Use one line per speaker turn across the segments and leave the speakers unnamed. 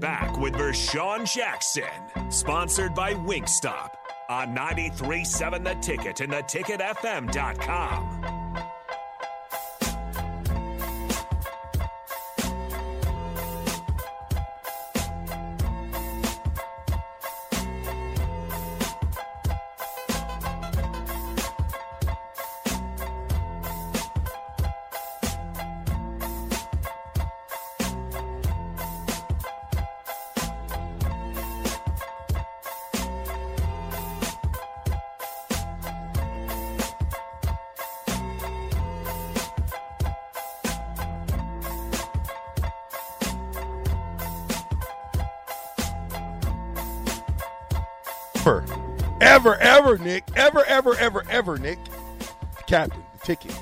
Back with Vershawn Jackson, sponsored by Winkstop on 937 The Ticket and theticketfm.com.
ever, ever, ever, Nick, ever, ever, ever, ever, Nick. The captain, the ticket.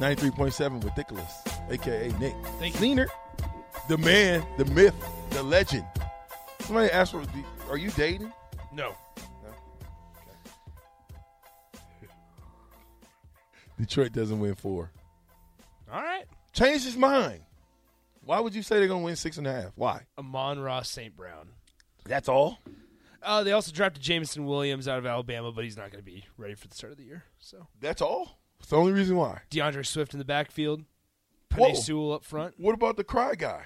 93.7 with Nicholas, aka Nick.
Thank you.
Cleaner. The man, the myth, the legend. Somebody asked for are you dating?
No.
Detroit doesn't win four.
All right.
Changed his mind. Why would you say they're gonna win six and a half? Why?
Amon Ross St. Brown.
That's all?
Uh, they also drafted Jameson Williams out of Alabama, but he's not going to be ready for the start of the year. So
That's all? It's the only reason why.
DeAndre Swift in the backfield,
Whoa.
Panay Sewell up front,
What about the cry guy?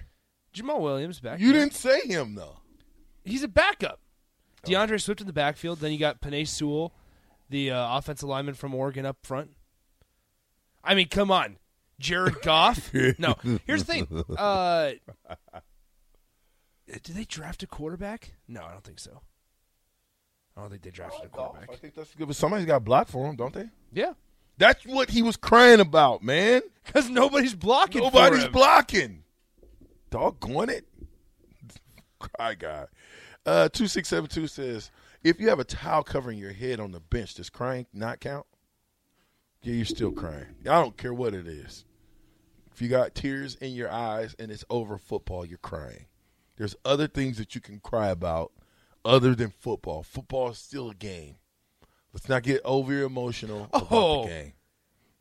Jamal Williams back.
You didn't say him though.
He's a backup. DeAndre Swift in the backfield. Then you got Panay Sewell, the uh, offensive lineman from Oregon, up front. I mean, come on, Jared Goff. no, here's the thing. Uh, did they draft a quarterback? No, I don't think so. I don't think they drafted a
I
quarterback.
think that's good, but somebody's got blocked for him, don't they?
Yeah,
That's what he was crying about, man.
because nobody's blocking. for
Nobody's
him.
blocking. Doggone it. Cry guy. Uh, 2672 says if you have a towel covering your head on the bench, does crying not count? Yeah, you're still crying. I don't care what it is. If you got tears in your eyes and it's over football, you're crying. There's other things that you can cry about other than football. Football is still a game. Let's not get over emotional about
Oh.
the game.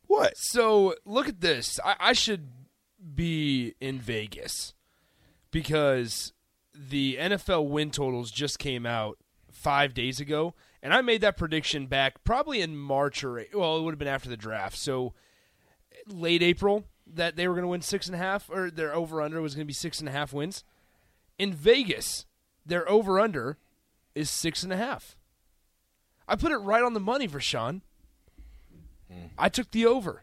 What?
So look at this. I, I should be in Vegas because the NFL win totals just came out five days ago, and I made that prediction back probably in March or well, it would have been after the draft. So late April that they were going to win six and a half, or their over under was going to be six and a half wins. In Vegas, their over under is six and a half. I put it right on the money for Sean.
Hmm.
I took the over.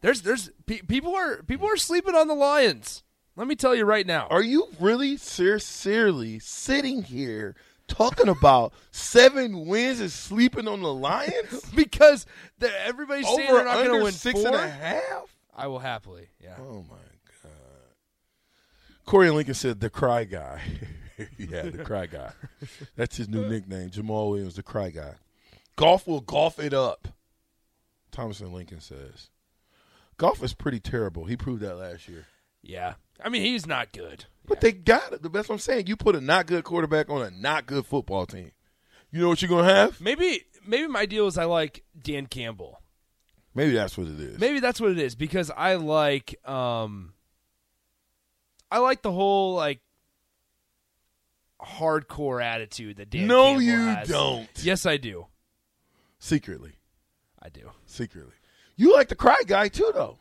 There's there's pe- people are people are sleeping on the Lions. Let me tell you right now.
Are you really sincerely sitting here talking about seven wins and sleeping on the Lions?
because the, everybody's saying
Over
they're not going
under
to win
six
four.
and a half?
I will happily. Yeah.
Oh my god! Corey Lincoln said the cry guy. yeah, the cry guy. That's his new nickname, Jamal Williams, the cry guy. Golf will golf it up. Thomas and Lincoln says, "Golf is pretty terrible." He proved that last year.
Yeah. I mean, he's not good.
But they got it. That's what I'm saying. You put a not good quarterback on a not good football team. You know what you're gonna have?
Maybe maybe my deal is I like Dan Campbell.
Maybe that's what it is.
Maybe that's what it is because I like um I like the whole like hardcore attitude that Dan
No,
Campbell
you
has.
don't.
Yes, I do.
Secretly,
I do.
secretly, you like the cry guy too, though.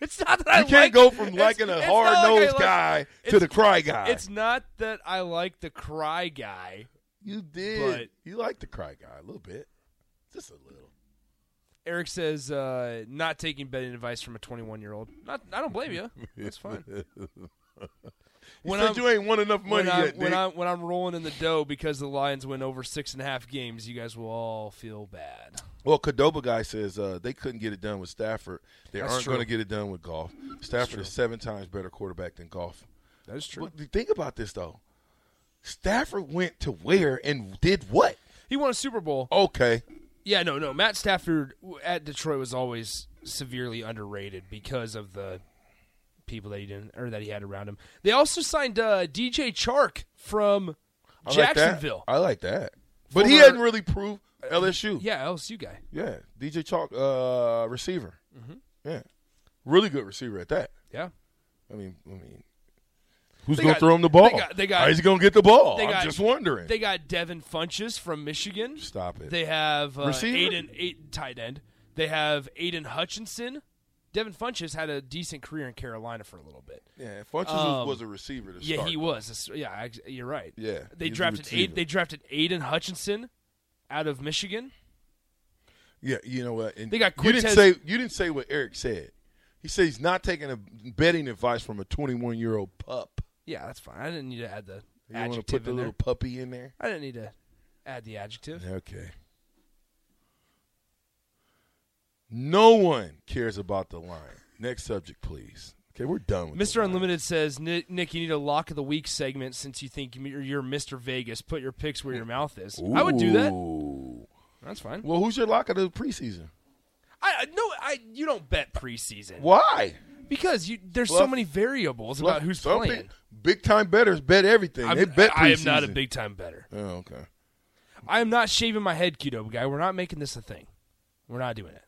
It's not that I
You can't
like-
go from
it's-
liking a
it's not
hard
like I
nosed
like-
guy to
it's-
the cry guy.
It's not that I like the cry guy.
you did.
but-
you like the cry guy a little bit, just a little.
Eric says uh, not taking betting advice from a 21 year old. Not, I don't blame you. That's fine.
He
When
said
I'm-
you ain't won enough money
when, I'm,
yet,
when,
Dick.
I'm, when I'm rolling in the dough because the Lions win over six and a half games, you guys will all feel bad.
Well, Cadoba guy says uh, they couldn't get it done with Stafford. They
That's
aren't
true.
going to get it done with Golf. Stafford is seven times better quarterback than Golf.
That is
But think about this though. Stafford went to where and did what?
He won a Super Bowl.
Okay,
Yeah, no, no. Matt Stafford w- at Detroit was always severely underrated because of the people that he didn't or that he had around him. They also signed uh, DJ Chark from
I
Jacksonville.
Like that. I like that, but he
Former-
hadn't really proved LSU.
yeah, LSU guy.
Yeah, DJ Chalk, uh, receiver.
Mm-hmm.
Yeah, really good receiver at that.
Yeah.
I mean, I mean, who's
They
gonna
got-
throw him the ball?
they got- they got-
How is he gonna get the ball?
they
I'm
got-
just wondering.
They got Devin Funches from Michigan.
Stop it.
They have uh,
Receiver?
Aiden, eight tight end. They have Aiden Hutchinson. Devin Funches had a decent career in Carolina for a little bit.
yeah, Funches was-
um,
was a receiver to
Yeah,
start.
he was. That's- Yeah, ex- you're right.
Yeah,
they
he's a
drafted
receiver.
Aid, they drafted Aiden Hutchinson out of Michigan.
Yeah, you know what? And
They got
you didn't
Quintez-
say you didn't say what Eric said. He said he's not taking a betting advice from a 21 year old pup.
Yeah, that's fine. I didn't need to add the
You want to
adjective
put the
in
little
there.
puppy in there?
I didn't need to add the adjective.
Okay. No one cares about the line. Next subject, please. Okay, we're done with the
Mr.
line.
Unlimited says, Nick, Nick, you need a lock of the week segment since you think you're you're Mr. Vegas. Put your picks where your mouth is. I would do that.
Ooh.
That's fine.
Well, who's your lock of the preseason?
I I- no, I you don't bet preseason
Why?
because you there's so
Fluff-
many variables about who's
Some
playing.
big- Big time betters bet everything.
I'm-
they bet
I am not a
preseason.
big time better.
Oh, okay.
I am not shaving my head, Kido guy. We're not making this a thing. We're not doing it.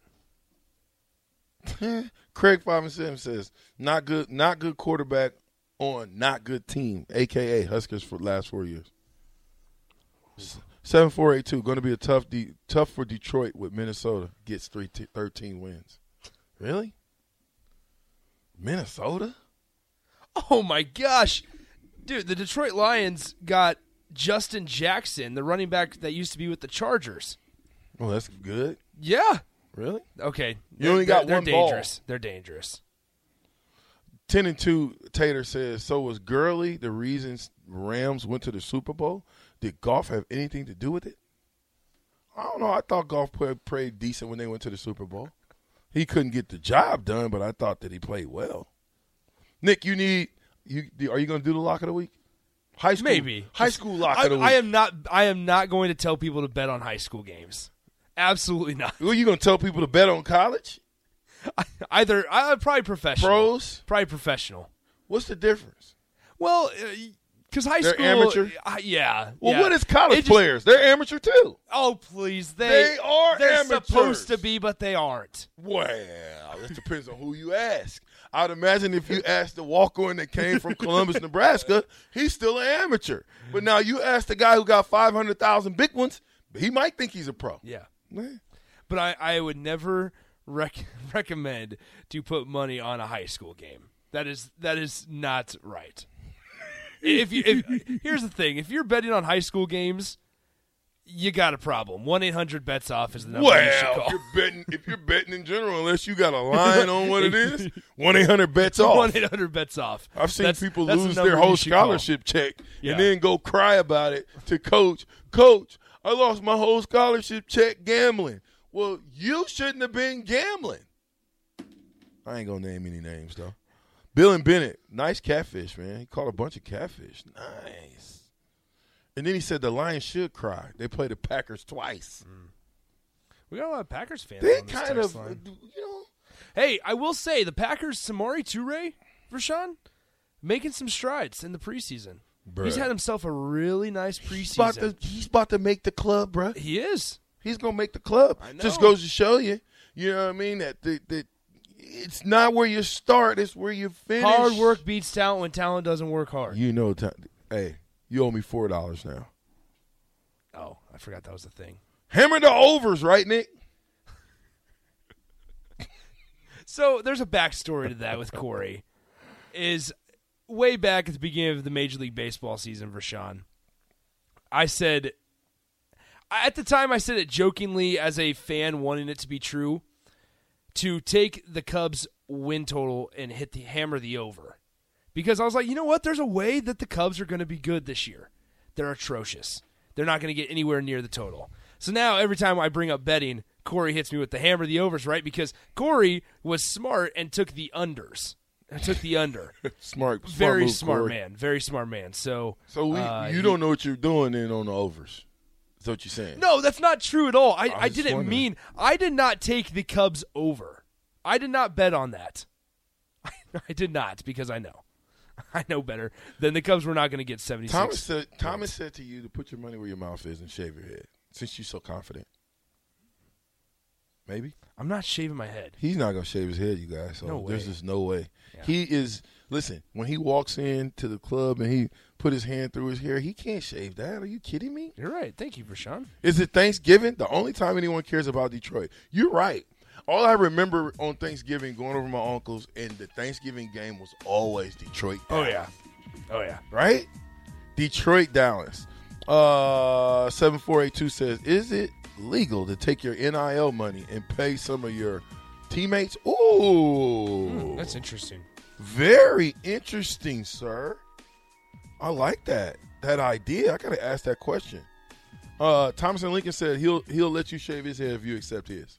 Craig Five and Seven says not good, not good quarterback on not good team, aka Huskers for the last four years. Seven four eight two going to be a tough, de- tough for Detroit with Minnesota gets three t- 13 wins. Really, Minnesota?
Oh my gosh, dude! The Detroit Lions got Justin Jackson, the running back that used to be with the Chargers.
Oh, that's good.
Yeah.
Really,
Okay.
You only got
they're
one ball.
dangerous. They're dangerous.
ten and two. Tater says so. Was Gurley the reason Rams went to the Super Bowl? Did golf have anything to do with it? I don't know. I thought golf played, played decent when they went to the Super Bowl. He couldn't get the job done, but I thought that he played well. Nick, you need you. Are you going to do the lock of the week? High school,
Maybe
High school lock
I,
of the week.
I am not. I am not going to tell people to bet on high school games. Absolutely not.
Well, you going to tell people to bet on college?
Either I uh, probably professional.
Pros?
probably professional.
What's the difference?
Well, because high
They're
school
amateur?
uh, yeah.
Well,
yeah.
what is college
It just-
players? They're amateur too.
Oh, please, they
They are
They're
amateurs.
supposed to be, but they aren't.
Well, it depends on who you ask. I'd imagine if you asked the walk-on that came from Columbus, Nebraska, he's still an amateur. But now you ask the guy who got five hundred thousand big ones, he might think he's a pro.
Yeah,
Man,
but I, I would never rec- recommend to put money on a high school game. That is that is not right. If you if, here's the thing, if you're betting on high school games, you got a problem. One eight hundred bets off is the number you should
Well,
call.
if you're betting, if you're betting in general, unless you got a line on what it is, one eight hundred bets
One
off.
eight hundred bets off.
I've seen
That's-
people
that's the
lose
number
their
you
whole
should call.
scholarship check
Yeah.
and then go cry about it to coach. Coach, I lost my whole scholarship check gambling. Well, you shouldn't have been gambling. I ain't gonna name any names though. Bill and Bennett, nice catfish, man. He caught a bunch of catfish. Nice. And then he said the Lions should cry. They played the Packers twice.
We got a lot of Packers fans.
They
Mm, on this
kind uh,
text
of,
line.
you know,
Hey, I will say the Packers, Samari Toure, Rashawn making some strides in the preseason.
Bruh.
He's had himself a really nice preseason.
He's about to, he's about to make the club, bruh.
he is.
He's gonna make the club.
I know.
Just goes to show you, you know what I mean? That the, that it's not where you start; it's where you finish.
Hard work beats talent when talent doesn't work hard.
You know, t- hey, you owe me four dollars now.
oh, I forgot that was the thing.
Hammer the overs, right, Nick?
So there's a backstory to that with Corey. Is way back at the beginning of the Major League Baseball season for Sean, I said I- at the time I said it jokingly as a fan wanting it to be true, to take the Cubs win total and hit the hammer the over. Because I was like, you know what? There's a way that the Cubs are going to be good this year. They're atrocious. They're not going to get anywhere near the total. So now every time I bring up betting, Corey hits me with the hammer the overs, right? Because Corey was smart and took the unders. Took the under.
Smart, smart
Very
move,
smart
Corey.
man. Very smart man. So
So we,
uh,
you don't know what you're doing then on the overs. Is what you're saying?
No, that's not true at all. I, I,
was
didn't
wondering.
mean I did not take the Cubs over. I did not bet on that. I, did not because I know. I know better than the Cubs were not going to get 76.
Thomas said. Thomas said to you to put your money where your mouth is and shave your head, since you're so confident. Maybe.
I'm not shaving my head.
He's not gonna shave his head, you guys. So
No
there's
way.
just no way. He is. Listen, when he walks into the club and he put his hand through his hair, he can't shave that. Are you kidding me?
You're right. Thank you, Rashawn.
Is it Thanksgiving? The only time anyone cares about Detroit. You're right. All I remember on Thanksgiving going over to my uncle's and the Thanksgiving game was always Detroit. Dallas,
Oh yeah.
right? Detroit Dallas. Uh, seven four eight two says, is it legal to take your NIL money and pay some of your teammates? Ooh,
That's interesting.
very interesting, sir. I like that that idea. I gotta ask that question. Uh, Thomason Lincoln said he'll he'll let you shave his head if you accept his.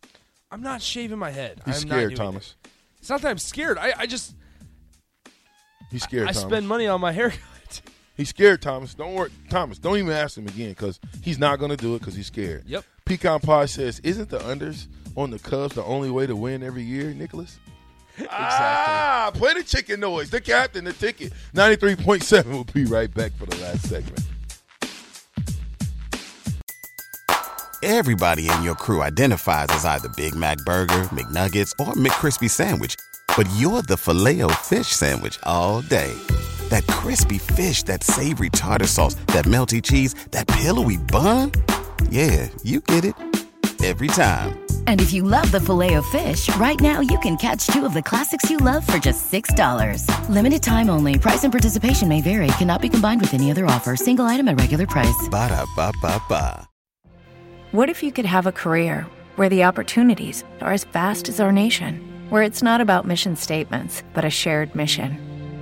I'm not shaving my head.
He's
I'm not
scared,
doing
Thomas.
it. It's not that I'm scared. I, I just
He's scared.
I
Thomas.
spend money on my haircut.
He's scared, Thomas. Don't worry, Thomas. Don't even ask him again because he's not gonna do it because he's scared.
Yep.
Pecan Pie says, "Isn't the unders on the Cubs the only way to win every year, Nicholas?" Ah, play the chicken noise. The captain, the ticket. Ninety-three point seven. We'll be right back for the last segment.
Everybody in your crew identifies as either Big Mac Burger, McNuggets, or McCrispy Sandwich. But you're the filet fish Sandwich all day. That crispy fish, that savory tartar sauce, that melty cheese, that pillowy bun. Yeah, you get it. Every time.
And if you love the filet of fish, right now you can catch two of the classics you love for just $6. Limited time only. Price and participation may vary. Cannot be combined with any other offer. Single item at regular price.
Ba-da-ba-ba-ba.
What if you could have a career where the opportunities are as vast as our nation, where it's not about mission statements, but a shared mission?